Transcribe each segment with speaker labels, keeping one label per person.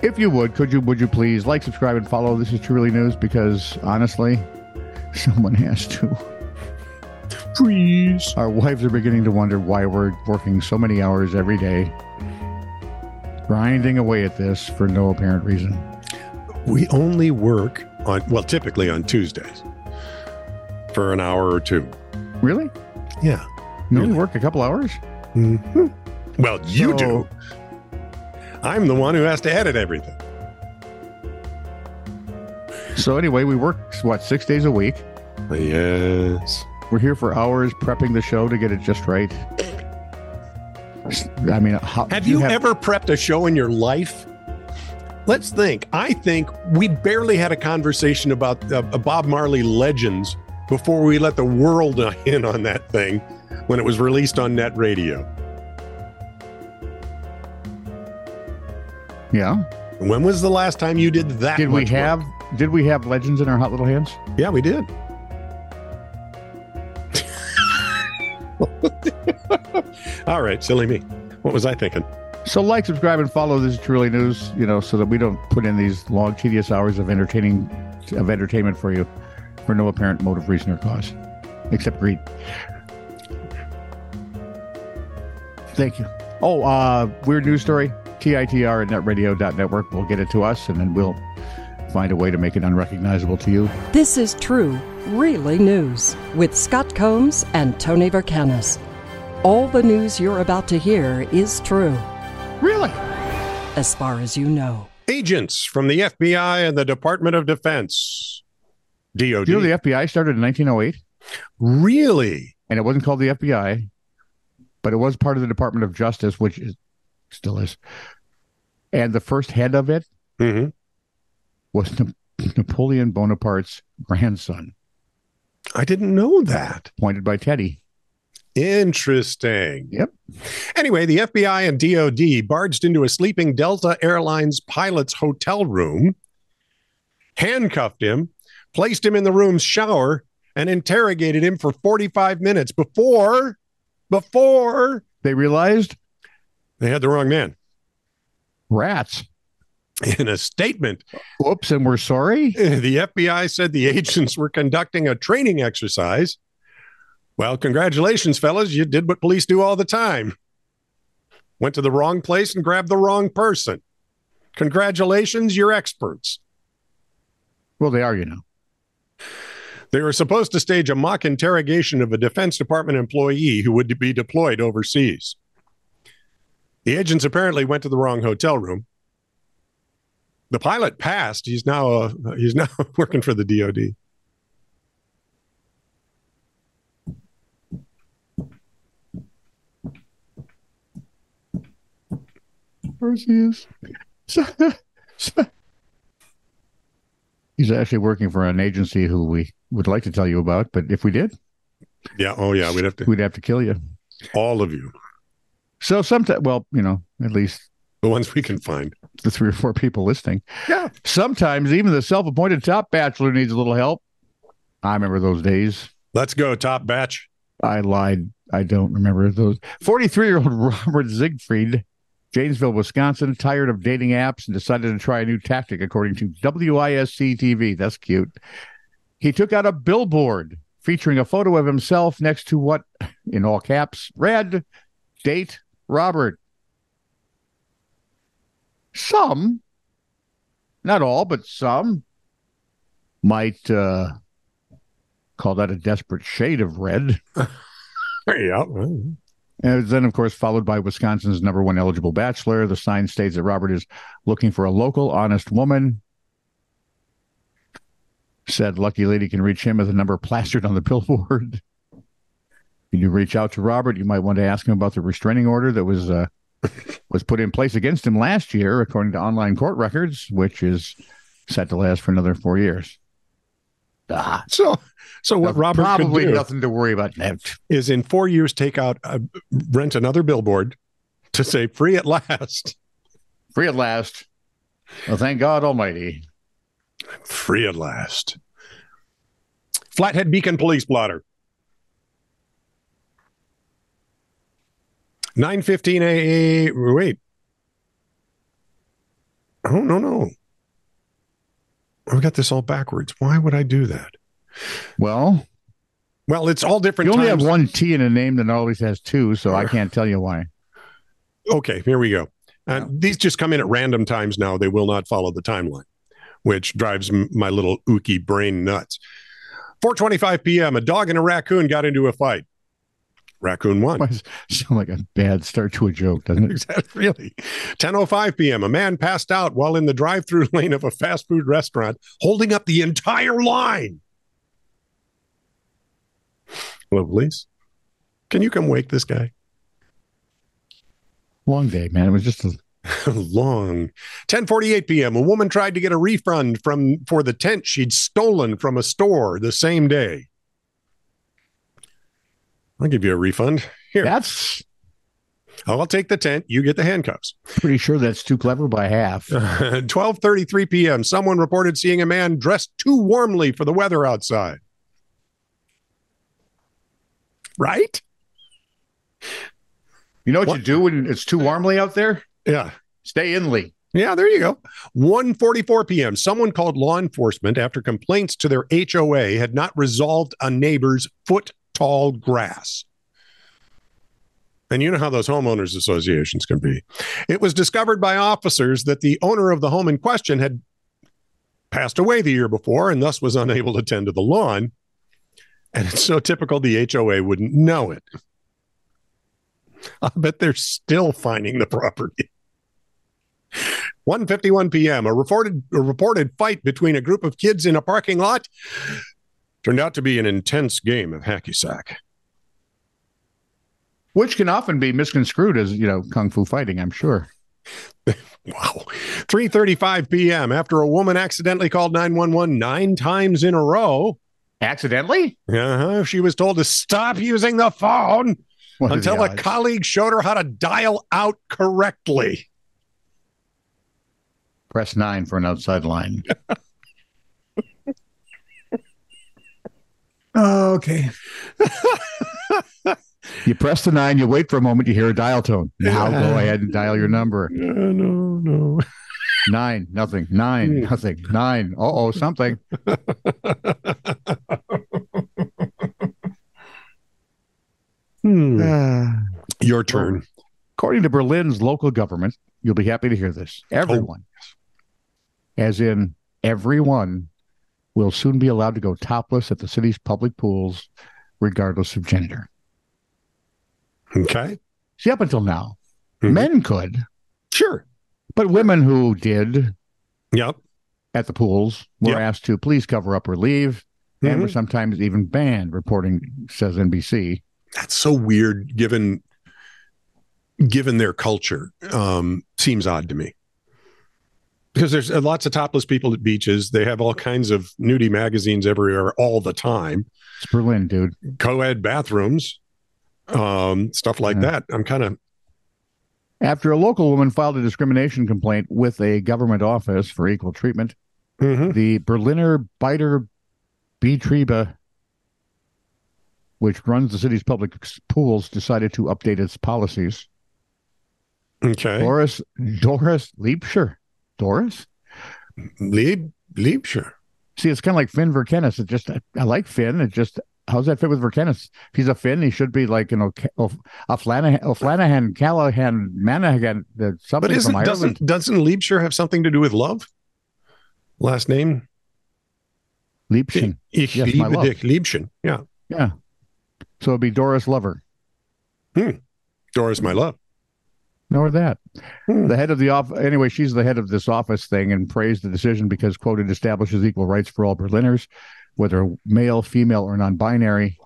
Speaker 1: If you would, could you, would you please like, subscribe, and follow? This is Truly News because honestly, someone has to.
Speaker 2: Please.
Speaker 1: Our wives are beginning to wonder why we're working so many hours every day, grinding away at this for no apparent reason.
Speaker 2: We only work on, well, typically on Tuesdays for an hour or two.
Speaker 1: Really?
Speaker 2: Yeah.
Speaker 1: You
Speaker 2: Really?
Speaker 1: only work a couple hours?
Speaker 2: Mhm. Well, you
Speaker 1: So-
Speaker 2: do. I'm the one who has to edit everything.
Speaker 1: So, anyway, we work, what, six days a week?
Speaker 2: Yes.
Speaker 1: We're here for hours prepping the show to get it just right. I mean, how,
Speaker 2: Have you, ever prepped a show in your life? Let's think. I think we barely had a conversation about uh, Bob Marley legends before we let the world in on that thing when it was released on net radio.
Speaker 1: Yeah.
Speaker 2: When was the last time you did that?
Speaker 1: Did we
Speaker 2: much work?
Speaker 1: have did we have legends in our hot little hands?
Speaker 2: Yeah, we did. All right, silly me. What was I thinking?
Speaker 1: So like, subscribe, and follow. This is Truly News. You know, so that we don't put in these long, tedious hours of entertaining of entertainment for you for no apparent motive, reason, or cause, except greed. Thank you. Oh, uh, weird news story. TITR at netradio.network will get it to us, and then we'll find a way to make it unrecognizable to you.
Speaker 3: This is True, Really News with Scott Combs and Tony Vercanis. All the news you're about to hear is true,
Speaker 1: Really?
Speaker 3: as far as you know.
Speaker 2: Agents from the FBI and the Department of Defense. DOD.
Speaker 1: Do you know the FBI started in 1908?
Speaker 2: really?
Speaker 1: and it wasn't called the FBI, but it was part of the Department of Justice, which is, still is. And the first head of it
Speaker 2: hmm
Speaker 1: was Na- Napoleon Bonaparte's grandson,
Speaker 2: I didn't know that.
Speaker 1: appointed by Teddy.
Speaker 2: Interesting.
Speaker 1: Yep.
Speaker 2: Anyway, the FBI and DOD barged into a sleeping Delta Airlines pilot's hotel room, handcuffed him, placed him in the room's shower, and interrogated him for 45 minutes before before
Speaker 1: They realized
Speaker 2: they had the wrong man.
Speaker 1: rats.
Speaker 2: In a statement,
Speaker 1: Oops, and we're sorry.
Speaker 2: the FBI said the agents were conducting a training exercise. Well, congratulations, fellas. You did what police do all the time went to the wrong place and grabbed the wrong person. Congratulations, you're experts.
Speaker 1: Well, they are, you know.
Speaker 2: They were supposed to stage a mock interrogation of a Defense Department employee who would be deployed overseas. The agents apparently went to the wrong hotel room. The pilot passed. He's now uh, he's now working for the DoD.
Speaker 1: Of he is. So- so- He's actually working for an agency who we would like to tell you about, but if we did,
Speaker 2: Yeah. Oh, yeah. We'd have to
Speaker 1: we'd have to kill you.
Speaker 2: all of you,
Speaker 1: So sometimes, well, you know, at least
Speaker 2: the ones we can find.
Speaker 1: the three or four people listening.
Speaker 2: Yeah.
Speaker 1: Sometimes even the self appointed top bachelor needs a little help. I remember those days.
Speaker 2: Let's go, top batch.
Speaker 1: I lied. I don't remember those. 43 year old Robert Siegfried, Janesville, Wisconsin, tired of dating apps and decided to try a new tactic, according to WISC TV. That's cute. He took out a billboard featuring a photo of himself next to what, in all caps, read, Date Robert. Some, not all, but some might uh, call that a desperate shade of red.
Speaker 2: Yeah.
Speaker 1: And then, of course, followed by Wisconsin's number one eligible bachelor. The sign states that Robert is looking for a local, honest woman. Said lucky lady can reach him with a number plastered on the billboard. When you reach out to Robert, you might want to ask him about the restraining order that was uh, was put in place against him last year, according to online court records, which is set to last for another four years. Ah,
Speaker 2: So, so what Robert
Speaker 1: probably
Speaker 2: could do
Speaker 1: nothing to worry about.
Speaker 2: is in four years take out uh, rent another billboard to say free at last.
Speaker 1: Free at last. Well, thank God Almighty.
Speaker 2: Free at last. Flathead Beacon Police Blotter. 9:15 a.m. Wait. Oh, no, no. I've got this all backwards. Why would I do that?
Speaker 1: Well,
Speaker 2: Well, it's all different
Speaker 1: you only
Speaker 2: times.
Speaker 1: have one T in a name that always has two, so I can't tell you why.
Speaker 2: Okay, here we go. Uh, These just come in at random times now. They will not follow the timeline, which drives m- my little ooky brain nuts. 4:25 p.m. A dog and a raccoon got into a fight. Raccoon won.
Speaker 1: Why does it sound like a bad start to a joke, doesn't it?
Speaker 2: Exactly. Really. 10:05 p.m. A man passed out while in the drive-through lane of a fast food restaurant, holding up the entire line. Lovelace, can you come wake this guy?
Speaker 1: Long day, man. It was just a
Speaker 2: Long. 10:48 p.m. A woman tried to get a refund from for the tent she'd stolen from a store the same day. I'll give you a refund. Here,
Speaker 1: that's
Speaker 2: I'll take the tent. You get the handcuffs.
Speaker 1: pretty sure that's too clever by half.
Speaker 2: 12:33 p.m. Someone reported seeing a man dressed too warmly for the weather outside. Right?
Speaker 1: You know what,
Speaker 2: What?
Speaker 1: you do when it's too warmly out there?
Speaker 2: Yeah.
Speaker 1: Stay in Lee.
Speaker 2: Yeah, there you go. 1:44 p.m. Someone called law enforcement after complaints to their HOA had not resolved a neighbor's foot tall grass. And you know how those homeowners associations can be. It was discovered by officers that the owner of the home in question had passed away the year before and thus was unable to tend to the lawn. And it's so typical the HOA wouldn't know it. I bet they're still finding the property. 1:51 p.m. A reported a reported fight between a group of kids in a parking lot turned out to be an intense game of hacky sack.
Speaker 1: Which can often be misconstrued as, you know, kung fu fighting, I'm sure.
Speaker 2: Wow. 3:35 p.m. After a woman accidentally called 911 nine times in a row,
Speaker 1: Accidentally?
Speaker 2: uh-huh, she was told to stop using the phone
Speaker 1: What are the
Speaker 2: until a
Speaker 1: odds?
Speaker 2: colleague showed her how to dial out correctly.
Speaker 1: press nine for an outside line.
Speaker 2: Okay.
Speaker 1: Oh, You press the nine, you wait for a moment, you hear a dial tone. Now go ahead and dial your number.
Speaker 2: No, no, no.
Speaker 1: Nine, nothing, nine,
Speaker 2: Hmm.
Speaker 1: nothing, nine. Uh oh, something.
Speaker 2: Hmm.
Speaker 1: Uh,
Speaker 2: Your turn.
Speaker 1: According to Berlin's local government, you'll be happy to hear this. Everyone, as in everyone, will soon be allowed to go topless at the city's public pools, regardless of gender.
Speaker 2: Okay.
Speaker 1: See, up until now,
Speaker 2: Mhm.
Speaker 1: men could,
Speaker 2: Sure.
Speaker 1: but women who did
Speaker 2: Yep.
Speaker 1: at the pools were
Speaker 2: Yeah.
Speaker 1: asked to please cover up or leave, and were
Speaker 2: Mhm.
Speaker 1: sometimes even banned. Reporting says NBC.
Speaker 2: that's so weird given given their culture um seems odd to me because there's uh, lots of topless people at beaches they have all kinds of nudie magazines everywhere all the time
Speaker 1: It's Berlin, dude.
Speaker 2: co-ed bathrooms um stuff like
Speaker 1: Yeah.
Speaker 2: that i'm kind of
Speaker 1: After a local woman filed a discrimination complaint with a government office for equal treatment,
Speaker 2: mm-hmm,
Speaker 1: the Berliner Beider Betriebe, which runs the city's public s- pools, decided to update its policies.
Speaker 2: okay
Speaker 1: Doris Doris Liebscher. Doris?
Speaker 2: Lieb, liebscher
Speaker 1: See, it's kind of like Finn Verkennis. It just, I, I like Finn. It just, how's that fit with Verkennis? If he's a Finn, he should be like an O'Ca- O'F- O'Flanahan, O'Flanahan, Callahan, Manahan, uh,
Speaker 2: but
Speaker 1: something
Speaker 2: isn't
Speaker 1: from Ireland.
Speaker 2: doesn't doesn't liebscher have something to do with love last name
Speaker 1: Liebschen.
Speaker 2: ich
Speaker 1: Yes, my
Speaker 2: liebe
Speaker 1: love.
Speaker 2: dich liebchen yeah
Speaker 1: Yeah. So it'd be Doris Lover.
Speaker 2: doris my love
Speaker 1: Nor that.
Speaker 2: Hmm.
Speaker 1: The head of the office, anyway, she's the head of this office thing and praised the decision because, quote, it establishes equal rights for all Berliners, whether male, female, or non binary.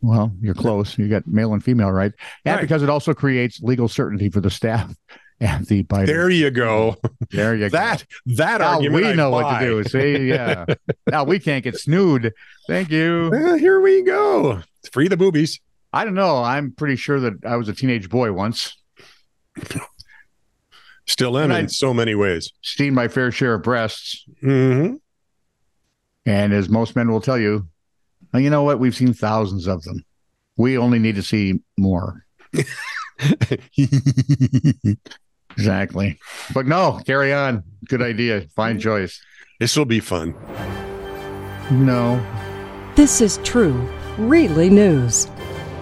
Speaker 1: Well, you're close. You got male and female, right? And
Speaker 2: Right.
Speaker 1: because it also creates legal certainty for the staff at the Biden.
Speaker 2: there you go
Speaker 1: There you
Speaker 2: that that
Speaker 1: go. Now
Speaker 2: argument
Speaker 1: we
Speaker 2: I
Speaker 1: know
Speaker 2: buy.
Speaker 1: what to do. See, yeah. now we can't get snood. Thank you.
Speaker 2: Well, here we go. Free the boobies.
Speaker 1: I don't know. I'm pretty sure that I was a teenage boy once.
Speaker 2: Still am
Speaker 1: And I-
Speaker 2: in so many ways.
Speaker 1: seen my fair share of breasts.
Speaker 2: hmm
Speaker 1: And as most men will tell you, "Oh, you know what? We've seen thousands of them. We only need to see more. Exactly. But no, carry on. Good idea. Fine choice.
Speaker 2: this will be fun.
Speaker 1: No.
Speaker 3: This is true, really news.